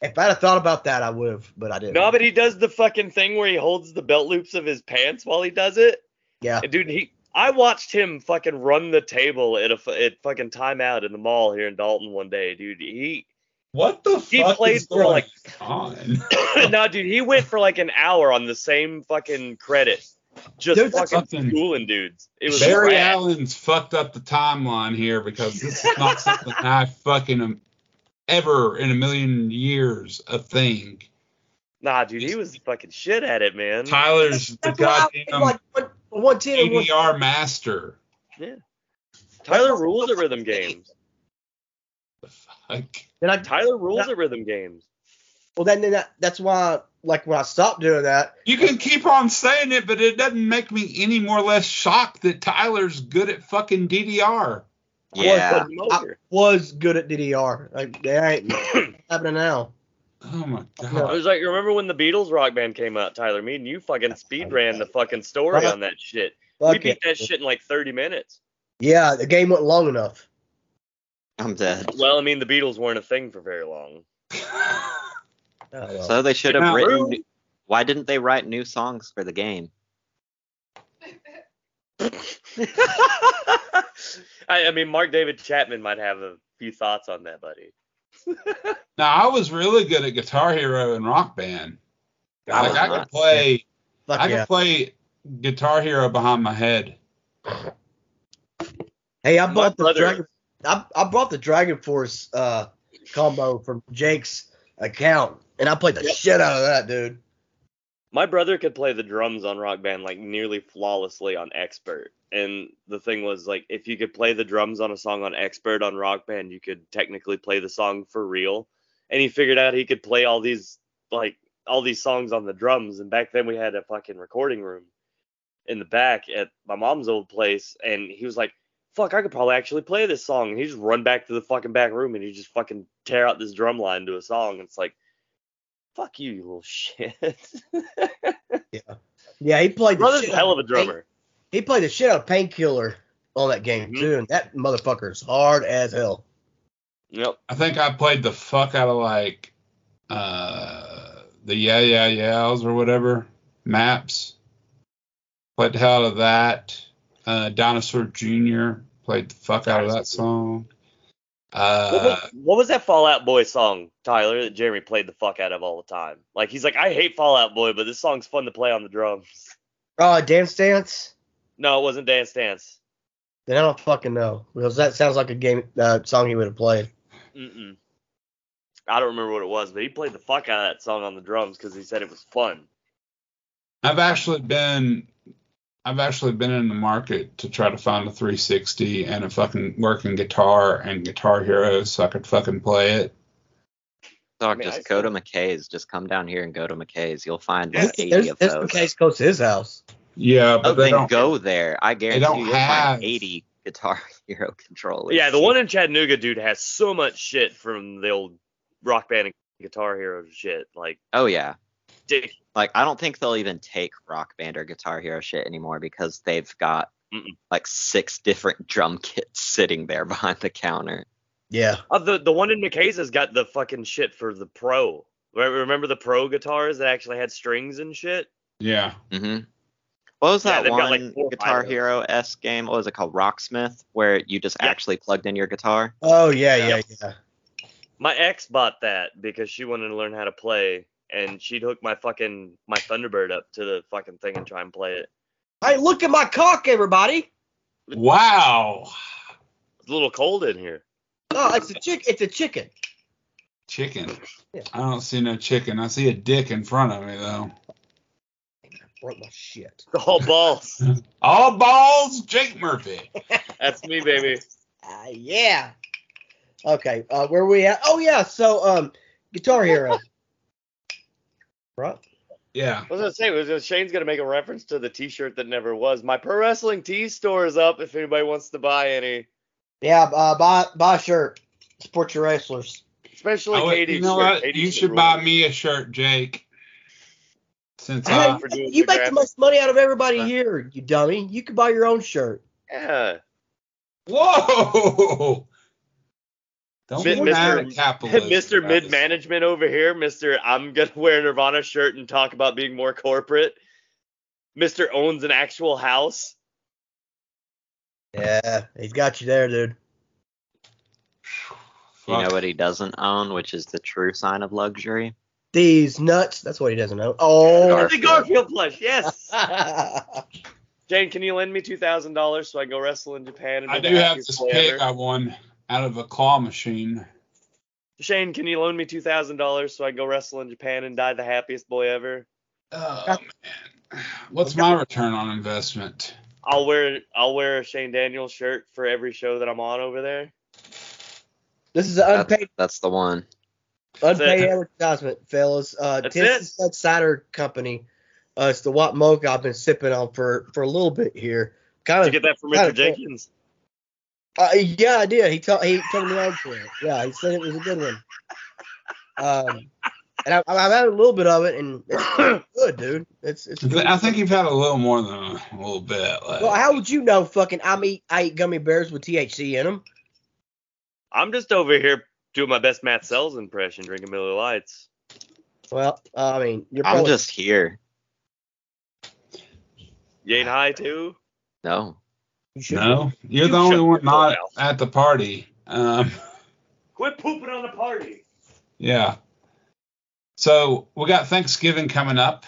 Speaker 7: if I'd have thought about that, I would have, but I didn't.
Speaker 1: no, but he does the fucking thing where he holds the belt loops of his pants while he does it.
Speaker 7: yeah.
Speaker 1: And dude, he I watched him fucking run the table at a fu- at fucking timeout in the mall here in Dalton one day, dude. He
Speaker 6: What the
Speaker 1: He
Speaker 6: fuck
Speaker 1: played
Speaker 6: is
Speaker 1: for,
Speaker 6: going
Speaker 1: like-
Speaker 6: on?
Speaker 1: <coughs> no, dude, he went for like an hour on the same fucking credit, just
Speaker 7: Dude, that's
Speaker 1: fucking
Speaker 6: fucking-
Speaker 1: schooling dudes. <laughs> It was
Speaker 6: Barry
Speaker 1: rad.
Speaker 6: Allen's fucked up the timeline here because this is not something I fucking am ever in a million years a thing.
Speaker 1: Nah, dude, he was fucking shit at it, man.
Speaker 6: Tyler's the
Speaker 7: That's why I
Speaker 6: goddamn
Speaker 7: like one- 110 and 110.
Speaker 6: ADR master.
Speaker 1: Tyler rules at rhythm games.
Speaker 6: The fuck?
Speaker 7: Then I
Speaker 1: Tyler rules at rhythm games.
Speaker 7: Well, then, then that, that's why, like, when I stopped doing that,
Speaker 6: You can keep on saying it, but it doesn't make me any more or less shocked that Tyler's good at fucking DDR.
Speaker 5: Yeah.
Speaker 7: I was good at DDR. Like, that
Speaker 1: <coughs>
Speaker 7: ain't happening now.
Speaker 6: Oh my
Speaker 1: I
Speaker 6: god.
Speaker 1: was like, remember when the Beatles rock band came out, Tyler? Me and you fucking speed ran the fucking story on that shit. We
Speaker 7: Fuck
Speaker 1: beat
Speaker 7: it.
Speaker 1: that shit in like 30 minutes.
Speaker 7: Yeah, the game wasn't long enough.
Speaker 5: I'm dead.
Speaker 1: Well, I mean, the Beatles weren't a thing for very long. <laughs>
Speaker 5: So they should have
Speaker 6: Now-
Speaker 5: written. new- Why didn't they write new songs for the game?
Speaker 1: I, I mean, Mark David Chapman might have a few thoughts on that, buddy.
Speaker 6: <laughs> Now I was really good at Guitar Hero and Rock Band.
Speaker 5: I
Speaker 6: Like
Speaker 5: was
Speaker 6: I
Speaker 5: not.
Speaker 6: could play,
Speaker 7: Fuck
Speaker 6: I
Speaker 7: yeah.
Speaker 6: could play Guitar Hero behind my head.
Speaker 7: Hey, I
Speaker 1: My
Speaker 7: bought the
Speaker 1: brother-
Speaker 7: Dragon. I, I bought the Dragon Force uh, combo from Jake's account, and I played the shit out of that, dude.
Speaker 1: My brother could play the drums on Rock Band like nearly flawlessly on Expert. And the thing was like if you could play the drums on a song on Expert on Rock Band, you could technically play the song for real. And he figured out he could play all these like all these songs on the drums and back then we had a fucking recording room in the back at my mom's old place and he was like fuck i could probably actually play this song and he just run back to the fucking back room and he just fucking tear out this drum line to a song it's like fuck you you little <laughs> shit
Speaker 7: Yeah, he played. the
Speaker 1: Brother's
Speaker 7: shit
Speaker 1: a hell
Speaker 7: out
Speaker 1: of a drummer.
Speaker 7: He played the shit out of Painkiller on that game
Speaker 1: Mhm.
Speaker 7: too, and that motherfucker's hard as hell.
Speaker 1: Yep.
Speaker 6: I think I played the fuck out of like uh the yeah yeah yeahs or whatever maps. Played the hell out of that. Uh Dinosaur Jr. played the fuck out of that song.
Speaker 1: What
Speaker 6: Uh
Speaker 1: was, what was that Fallout Boy song, Tyler, that Jeremy played the fuck out of all the time? Like he's like, I hate Fallout Boy, but this song's fun to play on the drums. <laughs>
Speaker 7: Uh, Dance Dance.
Speaker 1: No, it wasn't Dance Dance.
Speaker 7: Then I don't fucking know because that sounds like a game uh, song he would have played.
Speaker 1: Mm-mm. I don't remember what it was, but he played the fuck out of that song on the drums because he said it was fun.
Speaker 6: I've actually been I've actually been in the market to try to find a 360 and a fucking working guitar and Guitar Hero so I could fucking play it.
Speaker 5: Dog,
Speaker 1: mean,
Speaker 5: just
Speaker 1: I
Speaker 5: go
Speaker 1: still-
Speaker 5: to McKay's. Just come down here and go to McKay's. You'll find
Speaker 7: There's,
Speaker 5: like 80
Speaker 7: there's,
Speaker 5: of
Speaker 7: there's
Speaker 5: those.
Speaker 7: some case close to his house.
Speaker 6: Yeah, but
Speaker 5: Oh,
Speaker 6: they
Speaker 5: then
Speaker 6: don't.
Speaker 5: go there. I guarantee
Speaker 6: don't
Speaker 5: you'll
Speaker 6: have-
Speaker 5: find 80 Guitar <laughs> Hero controllers.
Speaker 1: yeah, the one in Chattanooga, dude, has so much shit from the old rock band and guitar hero shit. Like,
Speaker 5: Oh yeah.
Speaker 1: dick.
Speaker 5: Like I don't think they'll even take Rock Band or Guitar Hero shit anymore because they've got
Speaker 1: Mm-mm.
Speaker 5: like six different <laughs> drum kits sitting there <laughs> behind the counter.
Speaker 7: Yeah.
Speaker 1: Uh, the, the one in McKay's has got the fucking shit for the pro. Re- Remember the pro guitars that actually had strings and shit?
Speaker 6: Yeah.
Speaker 5: hmm What was
Speaker 1: Yeah,
Speaker 5: that
Speaker 1: they've got, like,
Speaker 5: one
Speaker 1: four or five
Speaker 5: Guitar
Speaker 1: of those.
Speaker 5: Hero s game? What was it called? Rocksmith, where you just
Speaker 1: Yeah.
Speaker 5: actually plugged in your guitar.
Speaker 7: Oh yeah, yeah,
Speaker 1: Yep.
Speaker 7: yeah.
Speaker 1: My ex bought that because she wanted to learn how to play, and she'd hook my fucking my Thunderbird up to the fucking thing and try and play it.
Speaker 7: Hey, look at my cock, everybody.
Speaker 6: Wow.
Speaker 1: It's a little cold in here. <laughs>
Speaker 7: Oh, it's a chick. It's a chicken.
Speaker 6: Chicken.
Speaker 7: Yeah.
Speaker 6: I don't see no chicken. I see a dick in front of me though.
Speaker 7: Broke my shit.
Speaker 1: All balls.
Speaker 6: All balls, Jake Murphy.
Speaker 1: That's me, baby.
Speaker 7: Uh, yeah. Okay. Uh, where we at? Oh yeah. So um, Guitar Hero. right.
Speaker 1: <laughs>
Speaker 6: Yeah.
Speaker 1: I was gonna say, was gonna, Shane's gonna make a reference to the T-shirt that never was. My pro wrestling tee store is up. If anybody wants to buy any,
Speaker 7: Yeah. Uh, buy buy a shirt. Support your wrestlers.
Speaker 1: especially
Speaker 6: I would- Oh,
Speaker 1: Katie's
Speaker 6: you know
Speaker 1: shirt.
Speaker 6: what?
Speaker 1: Katie's
Speaker 6: You
Speaker 1: the
Speaker 6: should buy
Speaker 1: ruler.
Speaker 6: me a shirt, Jake. Since
Speaker 7: Hey,
Speaker 6: I
Speaker 1: Ah, for
Speaker 7: you
Speaker 1: doing the
Speaker 7: make the
Speaker 1: graphic.
Speaker 7: most money out of everybody
Speaker 1: Huh?
Speaker 7: here, you dummy. You could buy your own shirt.
Speaker 1: Yeah.
Speaker 6: <laughs> Whoa. Don't
Speaker 1: Mi-
Speaker 6: be mad
Speaker 1: Mr.
Speaker 6: at
Speaker 1: <laughs>
Speaker 6: capitalism.
Speaker 1: Mr.
Speaker 6: guys.
Speaker 1: Mid Management over here, Mr. I'm gonna <laughs> wear a Nirvana shirt and talk about being more corporate. Mr. owns an actual house.
Speaker 7: Yeah, he's got you there, dude.
Speaker 5: You know
Speaker 6: Fuck.
Speaker 5: what he doesn't own, which is the true sign of luxury.
Speaker 7: These nuts. That's what he doesn't know. Oh.
Speaker 1: The Garfield plush, yes. <laughs>
Speaker 7: I
Speaker 1: Jane, can you lend me two thousand dollars so I can go wrestle in Japan? And
Speaker 6: I
Speaker 1: be
Speaker 6: do
Speaker 1: the
Speaker 6: have
Speaker 1: happiest
Speaker 6: this
Speaker 1: boy
Speaker 6: pig
Speaker 1: ever?
Speaker 6: I won out of a claw machine.
Speaker 1: Shane, can you loan me two thousand dollars so I go wrestle in Japan and die the happiest boy ever?
Speaker 6: Oh man, what's my return on investment?
Speaker 1: I'll wear I'll wear a Shane Daniels shirt for every show that I'm on over there.
Speaker 7: <laughs> This is an
Speaker 5: That's,
Speaker 7: unpaid
Speaker 5: that's the one.
Speaker 7: unpaid
Speaker 1: it.
Speaker 7: advertisement, fellas. Uh,
Speaker 1: That's
Speaker 7: Tennessee
Speaker 1: it.
Speaker 7: Stud Cider Company. Uh, it's the Wat Mocha I've been sipping on for for a little bit here. Kind
Speaker 1: Did
Speaker 7: of
Speaker 1: you get that from
Speaker 7: Got it.
Speaker 1: Mr. Jenkins?
Speaker 7: Uh, yeah, I did. He told he told me on to it. Yeah, he said it was a good one. Um, and I, I've had a little bit of it, and it's <coughs> good, dude. It's it's. Good.
Speaker 6: I think you've had a little more than a little bit. Like,
Speaker 7: Well, how would you know? Fucking, I eat I eat gummy bears with THC in them.
Speaker 1: I'm just over here doing my best Matt Sells impression, drinking Miller Lights.
Speaker 7: Well, uh, I mean, you're
Speaker 5: I'm
Speaker 7: probably
Speaker 5: just here.
Speaker 1: You ain't high too?
Speaker 5: No.
Speaker 7: you should-
Speaker 6: no, you're
Speaker 1: You
Speaker 6: the only
Speaker 1: shut
Speaker 6: one
Speaker 1: your mouth.
Speaker 6: not at the party. Um, <laughs>
Speaker 1: Quit pooping on the party.
Speaker 6: yeah. So we got Thanksgiving coming up.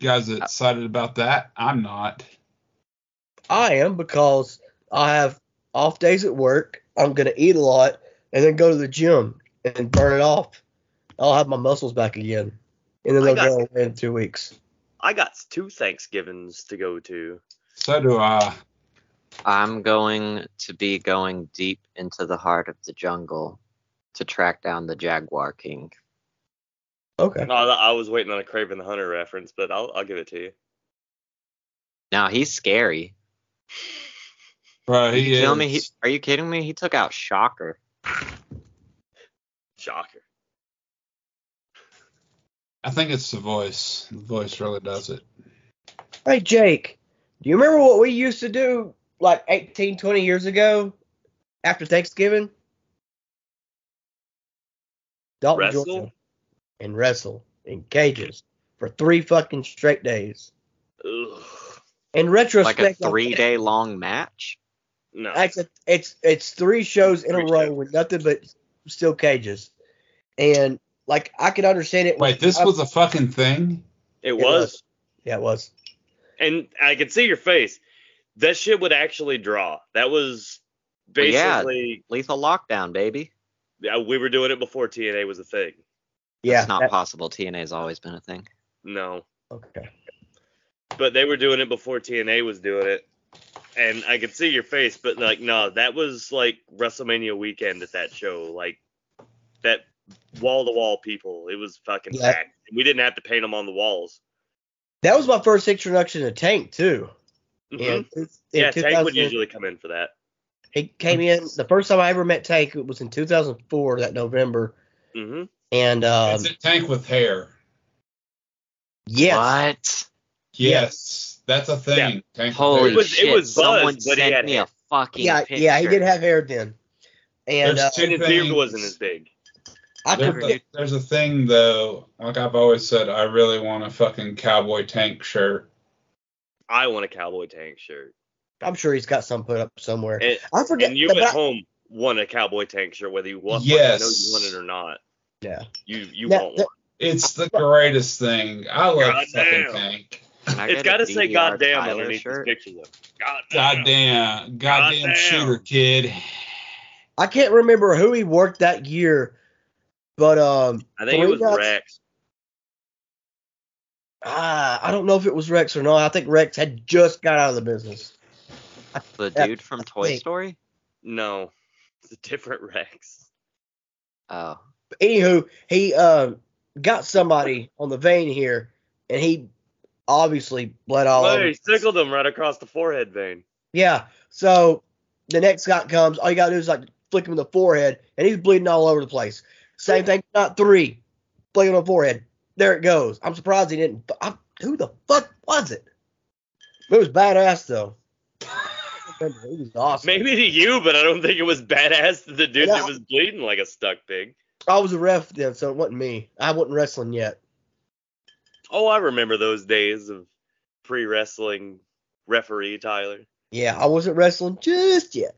Speaker 6: You guys are excited about that? I'm not.
Speaker 7: I am because I have off days at work. I'm gonna eat a lot and then go to the gym and burn it off. I'll have my muscles back again, and then
Speaker 1: I
Speaker 7: they'll
Speaker 1: got-
Speaker 7: go away in two weeks.
Speaker 1: I got two Thanksgivings to go to.
Speaker 6: So do I.
Speaker 5: I'm going to be going deep into the heart of the jungle to track down the Jaguar King.
Speaker 7: Okay.
Speaker 1: No, I I was waiting on a Craven the Hunter reference, but I'll I'll give it to you.
Speaker 5: Now he's scary.
Speaker 6: Bro,
Speaker 5: You
Speaker 6: he
Speaker 5: kidding me? He,
Speaker 6: is.
Speaker 5: are you kidding me? He took out Shocker.
Speaker 1: Shocker.
Speaker 6: I think it's the voice. The voice really does it.
Speaker 7: Hey, Jake, do you remember what we used to do like 18, 20 years ago after Thanksgiving? Dalton,
Speaker 1: Wrestle?
Speaker 7: Georgia, and wrestle in cages for three fucking straight days.
Speaker 1: Ugh.
Speaker 7: In
Speaker 5: Like
Speaker 7: retrospect,
Speaker 5: a
Speaker 7: I-
Speaker 5: three day long match.
Speaker 1: No.
Speaker 7: It's a- it's it's three shows in a
Speaker 1: Three
Speaker 7: row
Speaker 1: shows.
Speaker 7: with nothing but still cages, and like I could understand it.
Speaker 6: Wait, this was a fucking thing?
Speaker 1: it
Speaker 7: was.
Speaker 1: was.
Speaker 7: yeah, it was.
Speaker 1: and I could see your face. That shit would actually draw. That was
Speaker 5: Well, yeah.
Speaker 1: basically
Speaker 5: Lethal lockdown, baby.
Speaker 1: yeah. we were doing it before TNA was a thing.
Speaker 7: Yeah,
Speaker 5: It's not
Speaker 7: that-
Speaker 5: possible. TNA's always been a thing.
Speaker 1: No,
Speaker 7: okay.
Speaker 1: but they were doing it before TNA was doing it, and I could see your face. But like, no, that was like WrestleMania weekend at that show. Like that wall to wall people. It was fucking
Speaker 7: Yeah.
Speaker 1: packed. We didn't have to paint them on the walls.
Speaker 7: That was my first introduction to Tank too.
Speaker 1: Mhm.
Speaker 7: And in
Speaker 1: Yeah, Tank
Speaker 7: 2000
Speaker 1: would usually come in for that.
Speaker 7: He came in the first time I ever met Tank it was in 2004 that November,
Speaker 1: hmm
Speaker 7: and um,
Speaker 6: it's a tank with hair.
Speaker 7: yes,
Speaker 5: What?
Speaker 6: Yes, that's a thing. Tank
Speaker 5: Holy
Speaker 6: with
Speaker 1: It
Speaker 6: hair.
Speaker 1: was- it
Speaker 5: shit!
Speaker 1: was Buzz, but
Speaker 5: Someone
Speaker 1: he
Speaker 5: sent
Speaker 1: had
Speaker 5: me
Speaker 1: hair.
Speaker 5: a fucking
Speaker 7: yeah,
Speaker 5: picture.
Speaker 7: yeah, he did have hair then, and
Speaker 6: There's
Speaker 7: uh,
Speaker 6: two
Speaker 1: And his beard
Speaker 6: things-
Speaker 1: wasn't as big.
Speaker 7: I
Speaker 6: There's
Speaker 7: could,
Speaker 6: a, there's a thing though, like I've always said, I really want a fucking cowboy tank shirt.
Speaker 1: I want a cowboy tank shirt.
Speaker 7: I'm sure he's got some put up somewhere.
Speaker 1: And-
Speaker 7: I forget.
Speaker 1: And you
Speaker 7: the
Speaker 1: at
Speaker 7: back-
Speaker 1: home want a cowboy tank shirt, whether you want
Speaker 6: Yes.
Speaker 1: know you want it or not.
Speaker 7: Yeah.
Speaker 1: You you
Speaker 7: Now,
Speaker 1: want
Speaker 7: the-
Speaker 1: one.
Speaker 6: It's the greatest thing. I love
Speaker 1: God
Speaker 6: fucking
Speaker 1: damn.
Speaker 6: tank.
Speaker 5: Can I
Speaker 1: It's
Speaker 5: get
Speaker 1: got
Speaker 5: a
Speaker 1: to say
Speaker 5: DDR
Speaker 1: goddamn
Speaker 5: Tyler
Speaker 1: underneath
Speaker 5: shirt?
Speaker 1: this picture though. Goddamn.
Speaker 6: Goddamn, goddamn
Speaker 1: Goddamn.
Speaker 6: shooter kid.
Speaker 7: I can't remember who he worked that year, but um,
Speaker 1: I think it
Speaker 7: three
Speaker 1: was
Speaker 7: guys-
Speaker 1: Rex.
Speaker 7: Ah, I don't know if it was Rex or not. I think Rex had just got out of the business.
Speaker 5: The
Speaker 7: Yeah,
Speaker 5: dude from Toy
Speaker 7: me.
Speaker 5: Story?
Speaker 1: No, it's a different Rex.
Speaker 5: Oh.
Speaker 7: anywho, he uh, got somebody on the vein here, and he obviously bled all
Speaker 1: Oh,
Speaker 7: over.
Speaker 1: he sickled him right across the forehead vein.
Speaker 7: Yeah. So the next guy comes. All you gotta do is like flick him in the forehead, and he's bleeding all over the place. Same thing. Not three. Flick him on the forehead. There it goes. I'm surprised he didn't. but I, who the fuck was it? It was badass though. It was awesome.
Speaker 1: Maybe to you, but I don't think it was badass to the dude
Speaker 7: Yeah.
Speaker 1: that was bleeding like a stuck pig.
Speaker 7: I was a ref then, so it wasn't me. I wasn't wrestling yet.
Speaker 1: Oh, I remember those days of pre-wrestling referee Tyler.
Speaker 7: Yeah, I wasn't wrestling just yet.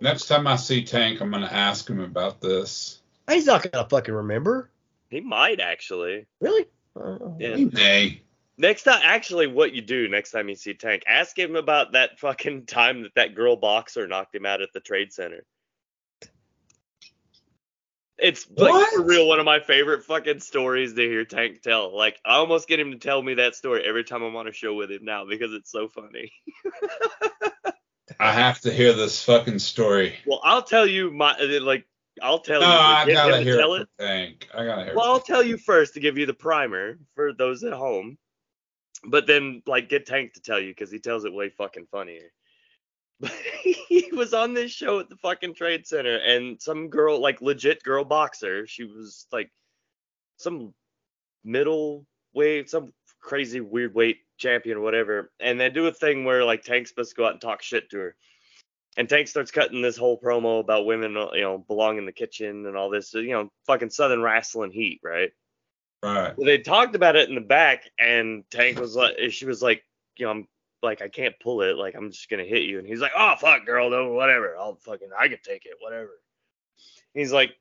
Speaker 6: Next time I see Tank, I'm gonna ask him about this.
Speaker 7: He's not gonna fucking remember.
Speaker 1: He might actually.
Speaker 7: Really? Uh, <laughs>
Speaker 1: Yeah.
Speaker 6: He may.
Speaker 1: Next time, actually, what you do next time you see Tank, ask him about that fucking time that that girl boxer knocked him out at the trade center. It's like
Speaker 6: What?
Speaker 1: for real one of my favorite fucking stories to hear Tank tell. Like I almost get him to tell me that story every time I'm on a show with him now because it's so funny.
Speaker 6: I have to hear this fucking story.
Speaker 1: Well, I'll tell you my like I'll tell
Speaker 6: No,
Speaker 1: you.
Speaker 6: Oh, I
Speaker 1: get him
Speaker 6: gotta
Speaker 1: to
Speaker 6: hear
Speaker 1: tell
Speaker 6: it. from Tank. I gotta hear.
Speaker 1: Well, I'll
Speaker 6: it.
Speaker 1: tell you first to give you the primer for those at home, but then like get Tank to tell you because he tells it way fucking funnier. <laughs> But he was on this show at the fucking Trade Center, and some girl, like legit girl boxer, she was like some middle weight, some crazy weird weight champion, or whatever. And they do a thing where like Tank's supposed to go out and talk shit to her. And Tank starts cutting this whole promo about women, you know, belong in the kitchen and all this, you know, fucking Southern wrestling heat, right?
Speaker 6: Right.
Speaker 1: Well, they talked about it in the back, and Tank was like, she was like, you know, I'm like, I can't pull it, like I'm just gonna hit you, and he's like, oh fuck, girl, no, whatever, I'll fucking, I can take it, whatever. He's like,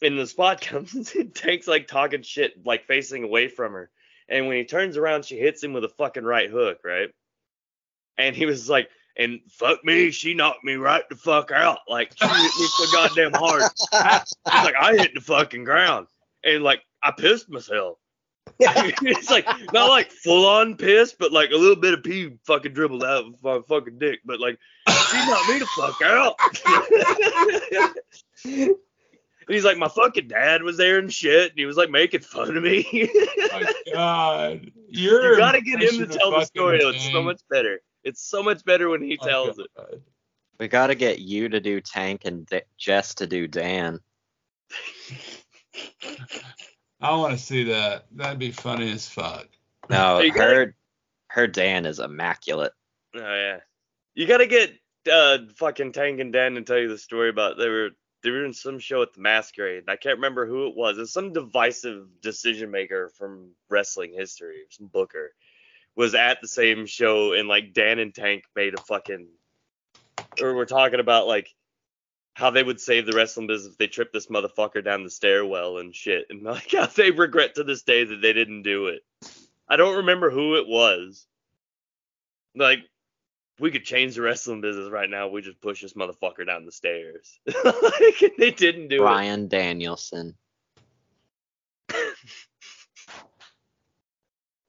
Speaker 1: and the spot <laughs> comes, and Tank's like talking shit, like facing away from her, and when he turns around, she hits him with a fucking right hook, right? And he was like, and fuck me, she knocked me right the fuck out, like she hit me so goddamn hard. He's like, I hit the fucking ground, and like I pissed myself. <laughs> it's like not like full on piss, but like a little bit of pee fucking dribbled out of my fucking dick. But like she knocked me the fuck out. <laughs> and he's like, my fucking dad was there and shit, and he was like making fun of me. <laughs> you
Speaker 6: my God. You're
Speaker 1: gotta get him to tell the story though. It's so much better. It's so much better when
Speaker 6: Oh,
Speaker 1: he tells it.
Speaker 5: We gotta get you to do Tank and D- Jess to do Dan.
Speaker 6: I want to see that. That'd be funny as fuck.
Speaker 5: No,
Speaker 1: You gotta-
Speaker 5: her her Dan is immaculate.
Speaker 1: Oh yeah. You gotta get uh fucking Tank and Dan to tell you the story about they were they were in some show at the masquerade and I can't remember who it was. It's some divisive decision maker from wrestling history, some booker, was at the same show and like Dan and Tank made a fucking or we're talking about like how they would save the wrestling business if they tripped this motherfucker down the stairwell and shit and like <laughs> how they regret to this day that they didn't do it. I don't remember who it was. Like we could change the wrestling business right now. We just push this motherfucker down the stairs. <laughs> like, and they didn't do it.
Speaker 5: Brian Danielson.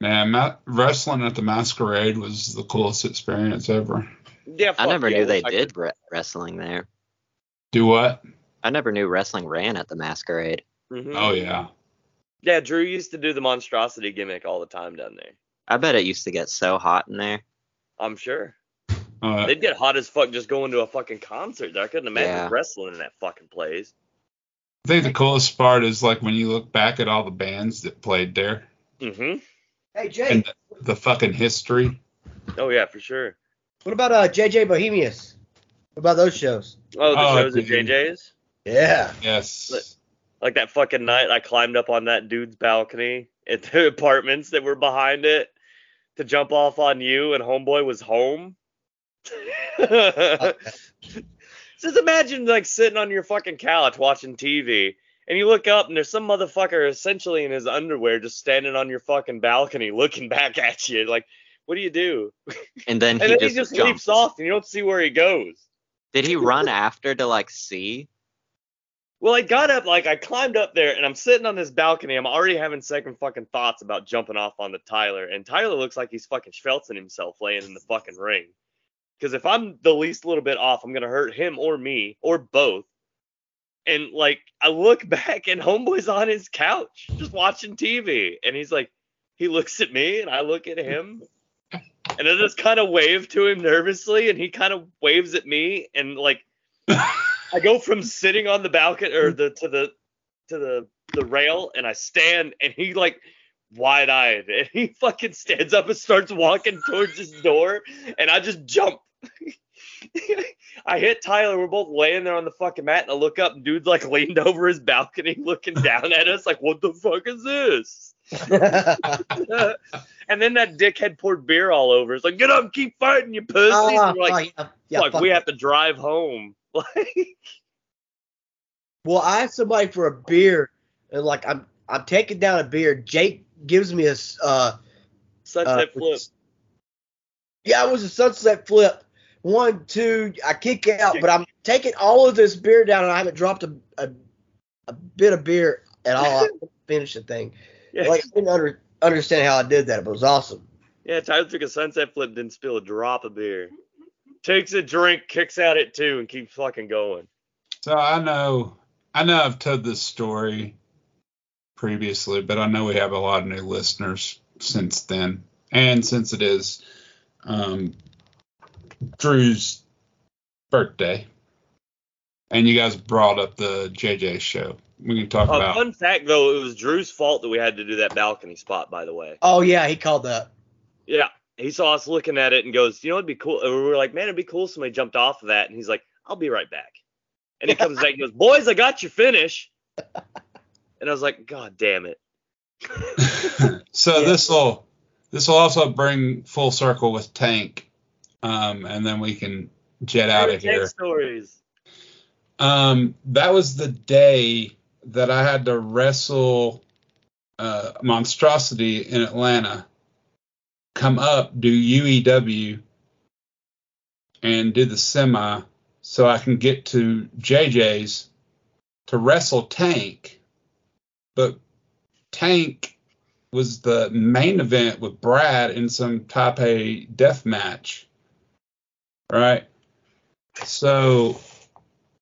Speaker 6: Man, ma- wrestling at the Masquerade was the coolest experience ever.
Speaker 1: Yeah,
Speaker 5: I
Speaker 1: fuck
Speaker 5: never
Speaker 1: yeah,
Speaker 5: knew they
Speaker 1: wish I
Speaker 5: did
Speaker 1: could-
Speaker 5: re- wrestling there.
Speaker 6: Do what?
Speaker 5: I never knew wrestling ran at the Masquerade.
Speaker 1: Mhm.
Speaker 6: Oh yeah.
Speaker 1: Yeah, Drew used to do the monstrosity gimmick all the time down there.
Speaker 5: I bet it used to get so hot in there.
Speaker 1: I'm sure.
Speaker 6: Uh,
Speaker 1: They'd get hot as fuck just going to a fucking concert. I couldn't imagine
Speaker 5: Yeah.
Speaker 1: wrestling in that fucking place.
Speaker 6: I think the coolest part is like when you look back at all the bands that played there Mm-hmm.
Speaker 1: hmm
Speaker 8: Hey, Jake,
Speaker 1: uh,
Speaker 6: and the fucking history.
Speaker 1: Oh yeah, for sure.
Speaker 7: What about uh JJ Bohemius? What about those shows?
Speaker 1: Oh, the
Speaker 6: Oh,
Speaker 1: shows at
Speaker 6: dude.
Speaker 1: JJ's.
Speaker 7: Yeah.
Speaker 6: Yes.
Speaker 1: Like that fucking night, I climbed up on that dude's balcony <laughs> at the apartments that were behind it to jump off on you, and homeboy was
Speaker 5: <laughs>
Speaker 1: home. <laughs> Just imagine like sitting on your fucking couch watching TV, and you look up and there's some motherfucker essentially in his underwear just standing on your fucking balcony looking back at you. Like, what do you do? <laughs>
Speaker 5: And
Speaker 1: And
Speaker 5: then <laughs> he
Speaker 1: then
Speaker 5: just,
Speaker 1: he just
Speaker 5: jumps.
Speaker 1: leaps off, and you don't see where he goes.
Speaker 5: Did
Speaker 1: <laughs>
Speaker 5: he run after to like see?
Speaker 1: Well, I got up, like I climbed up there, and I'm sitting on this balcony. I'm already having second fucking thoughts about jumping off onto Tyler, and Tyler looks like he's fucking schveltzing himself laying in the fucking ring. Because if I'm the least little bit off, I'm gonna hurt him or me or both. And like I look <laughs> back, and homeboy's on his couch just watching TV, and he's like, he looks at me, and I look at him, and I just kind of wave to him nervously, and he kind of waves at me, and like. I go from sitting on the balcony or the to the to the the rail and I stand and he like wide eyed and he fucking stands up and starts walking towards his door and I just jump. <laughs> I hit Tyler. We're both laying there on the fucking mat, and I look up, and dude's like leaned over his balcony, looking down at us, like, "What the fuck is this?" <laughs> and then that dickhead poured beer all over. It's like, "Get up, keep fighting, you pussy!"
Speaker 7: Ah,
Speaker 1: And we're like,
Speaker 7: ah, yeah, yeah,
Speaker 1: "Fuck,
Speaker 7: fuck
Speaker 1: we
Speaker 7: it.
Speaker 1: have to drive home." <laughs> Like,
Speaker 7: Well, I asked somebody for a beer, and like I'm I'm taking down a beer. Jake gives me a s- uh, uh
Speaker 1: Sunset flip.
Speaker 7: Yeah, it was a sunset flip. One, two, I kick out, but I'm taking all of this beer down, and I haven't dropped a, a a bit of beer and
Speaker 1: <laughs>
Speaker 7: I'll finish the thing.
Speaker 1: Yeah,
Speaker 7: Like I didn't under, understand how I did that. It was awesome.
Speaker 1: yeah. Tyler took a sunset flip, didn't spill a drop of beer. Takes a drink, kicks out at two, and keeps fucking going.
Speaker 6: So I know, I know I've told this story previously, but I know we have a lot of new listeners since then, and since it is um, Drew's birthday, and you guys brought up the JJ show. We can talk
Speaker 1: Uh,
Speaker 6: about
Speaker 1: fun fact, though, it was Drew's fault that we had to do that balcony spot. By the way,
Speaker 7: Oh yeah, he called that.
Speaker 1: yeah, he saw us looking at it and goes, "You know, it'd be cool." And we were like, "Man, it'd be cool." if Somebody jumped off of that, and he's like, "I'll be right back." And he comes back and goes, "Boys, I got your finish." And I was like, "God damn it!"
Speaker 6: so
Speaker 7: Yeah.
Speaker 6: this will this will also bring full circle with Tank, um, and then we can jet out of
Speaker 1: Favorite tank
Speaker 6: here.
Speaker 1: Stories.
Speaker 6: Um, that was the day that I had to wrestle uh, Monstrosity in Atlanta. Come up, do UEW, and do the semi, so I can get to JJ's to wrestle Tank. But Tank was the main event with Brad in some Type A death match, right? So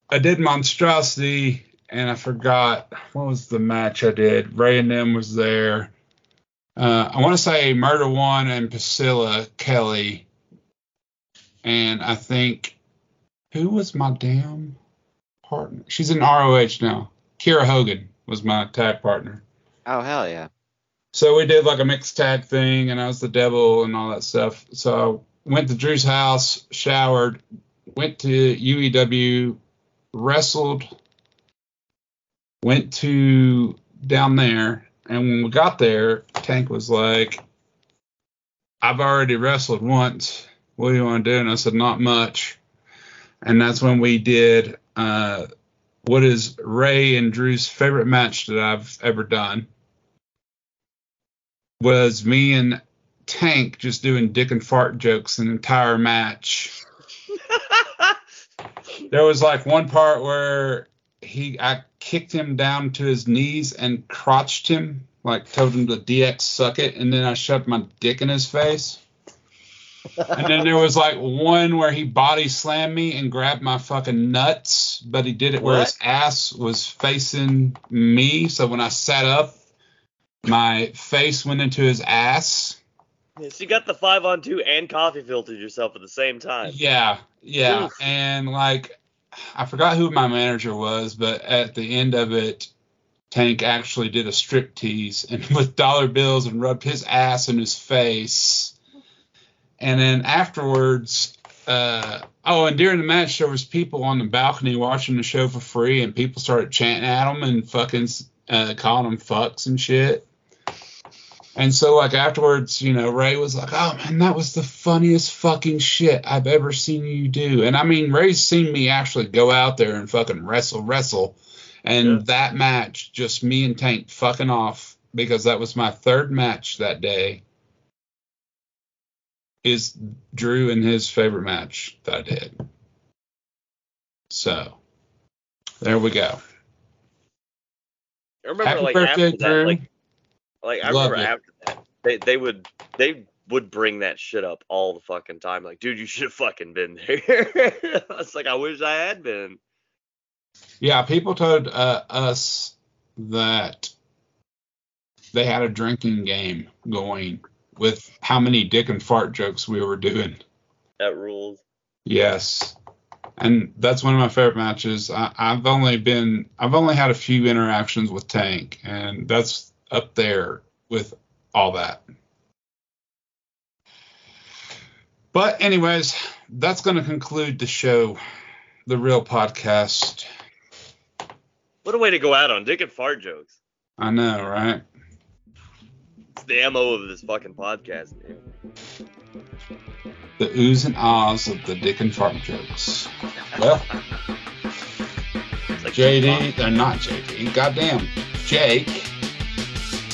Speaker 6: I did Monstrosity, and I forgot what was the match I did. Ray and them was there. Uh, I want to say Murder One and Priscilla Kelly, and I think who was my damn partner? She's in ROH now. Kira Hogan was my tag partner.
Speaker 5: Oh hell yeah.
Speaker 6: So we did like a mixed tag thing, and I was the devil and all that stuff. So I went to Drew's house, showered, went to UEW, wrestled, went to down there, and when we got there, Tank was like, "I've already wrestled once. What do you want to do?" And I said, "Not much." And that's when we did uh, what is Ray and Drew's favorite match that I've ever done was me and Tank just doing dick and fart jokes an entire match. there was like one part where he I kicked him down to his knees and crotched him, like told him to DX suck it, and then I shoved my dick in his face. and then there was like one where he body slammed me and grabbed my fucking nuts, but he did it where his ass was facing me. So when I sat up, my face went into his ass.
Speaker 1: Yes, you got the five on two and coffee filtered yourself at the same time.
Speaker 6: Yeah, yeah.
Speaker 1: Oof.
Speaker 6: And like, I forgot who my manager was, but at the end of it, Tank actually did a strip tease and <laughs> with dollar bills and rubbed his ass in his face. And then afterwards, uh, oh, and during the match, there was people on the balcony watching the show for free, and people started chanting at him and fucking uh, calling him fucks and shit. And so, like, afterwards, you know, Ray was like, oh, man, that was the funniest fucking shit I've ever seen you do. And I mean, Ray's seen me actually go out there and fucking wrestle, wrestle. And
Speaker 1: Yeah.
Speaker 6: that match, just me and Tank fucking off because that was my third match that day, is Drew and his favorite match that I did. So, there we go.
Speaker 1: I remember
Speaker 6: Happy
Speaker 1: like
Speaker 6: birthday,
Speaker 1: after that,
Speaker 6: Drew.
Speaker 1: like, like I
Speaker 6: Love
Speaker 1: remember
Speaker 6: it.
Speaker 1: after that, they they would they would bring that shit up all the fucking time. Like, dude, you should have fucking been there. <laughs> I was like, I wish I had been.
Speaker 6: Yeah, people told uh, us that they had a drinking game going with how many dick and fart jokes we were doing.
Speaker 1: That rules.
Speaker 6: Yes. And that's one of my favorite matches. I, I've only been, I've only had a few interactions with Tank, and that's up there with all that. But, anyways, that's going to conclude the show, the real podcast.
Speaker 1: What a way to go out on dick and fart jokes.
Speaker 6: I know, right?
Speaker 1: It's the mo of this fucking podcast. Man.
Speaker 6: the oohs and ahs of the dick and fart jokes. Well,
Speaker 1: It's like
Speaker 6: JD, they're not JD. Goddamn, Jake.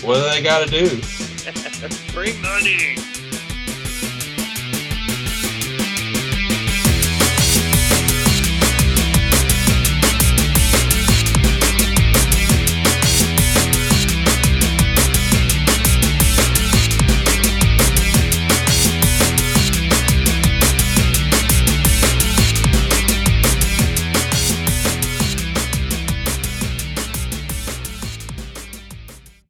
Speaker 6: What do they got to do?
Speaker 1: Free money.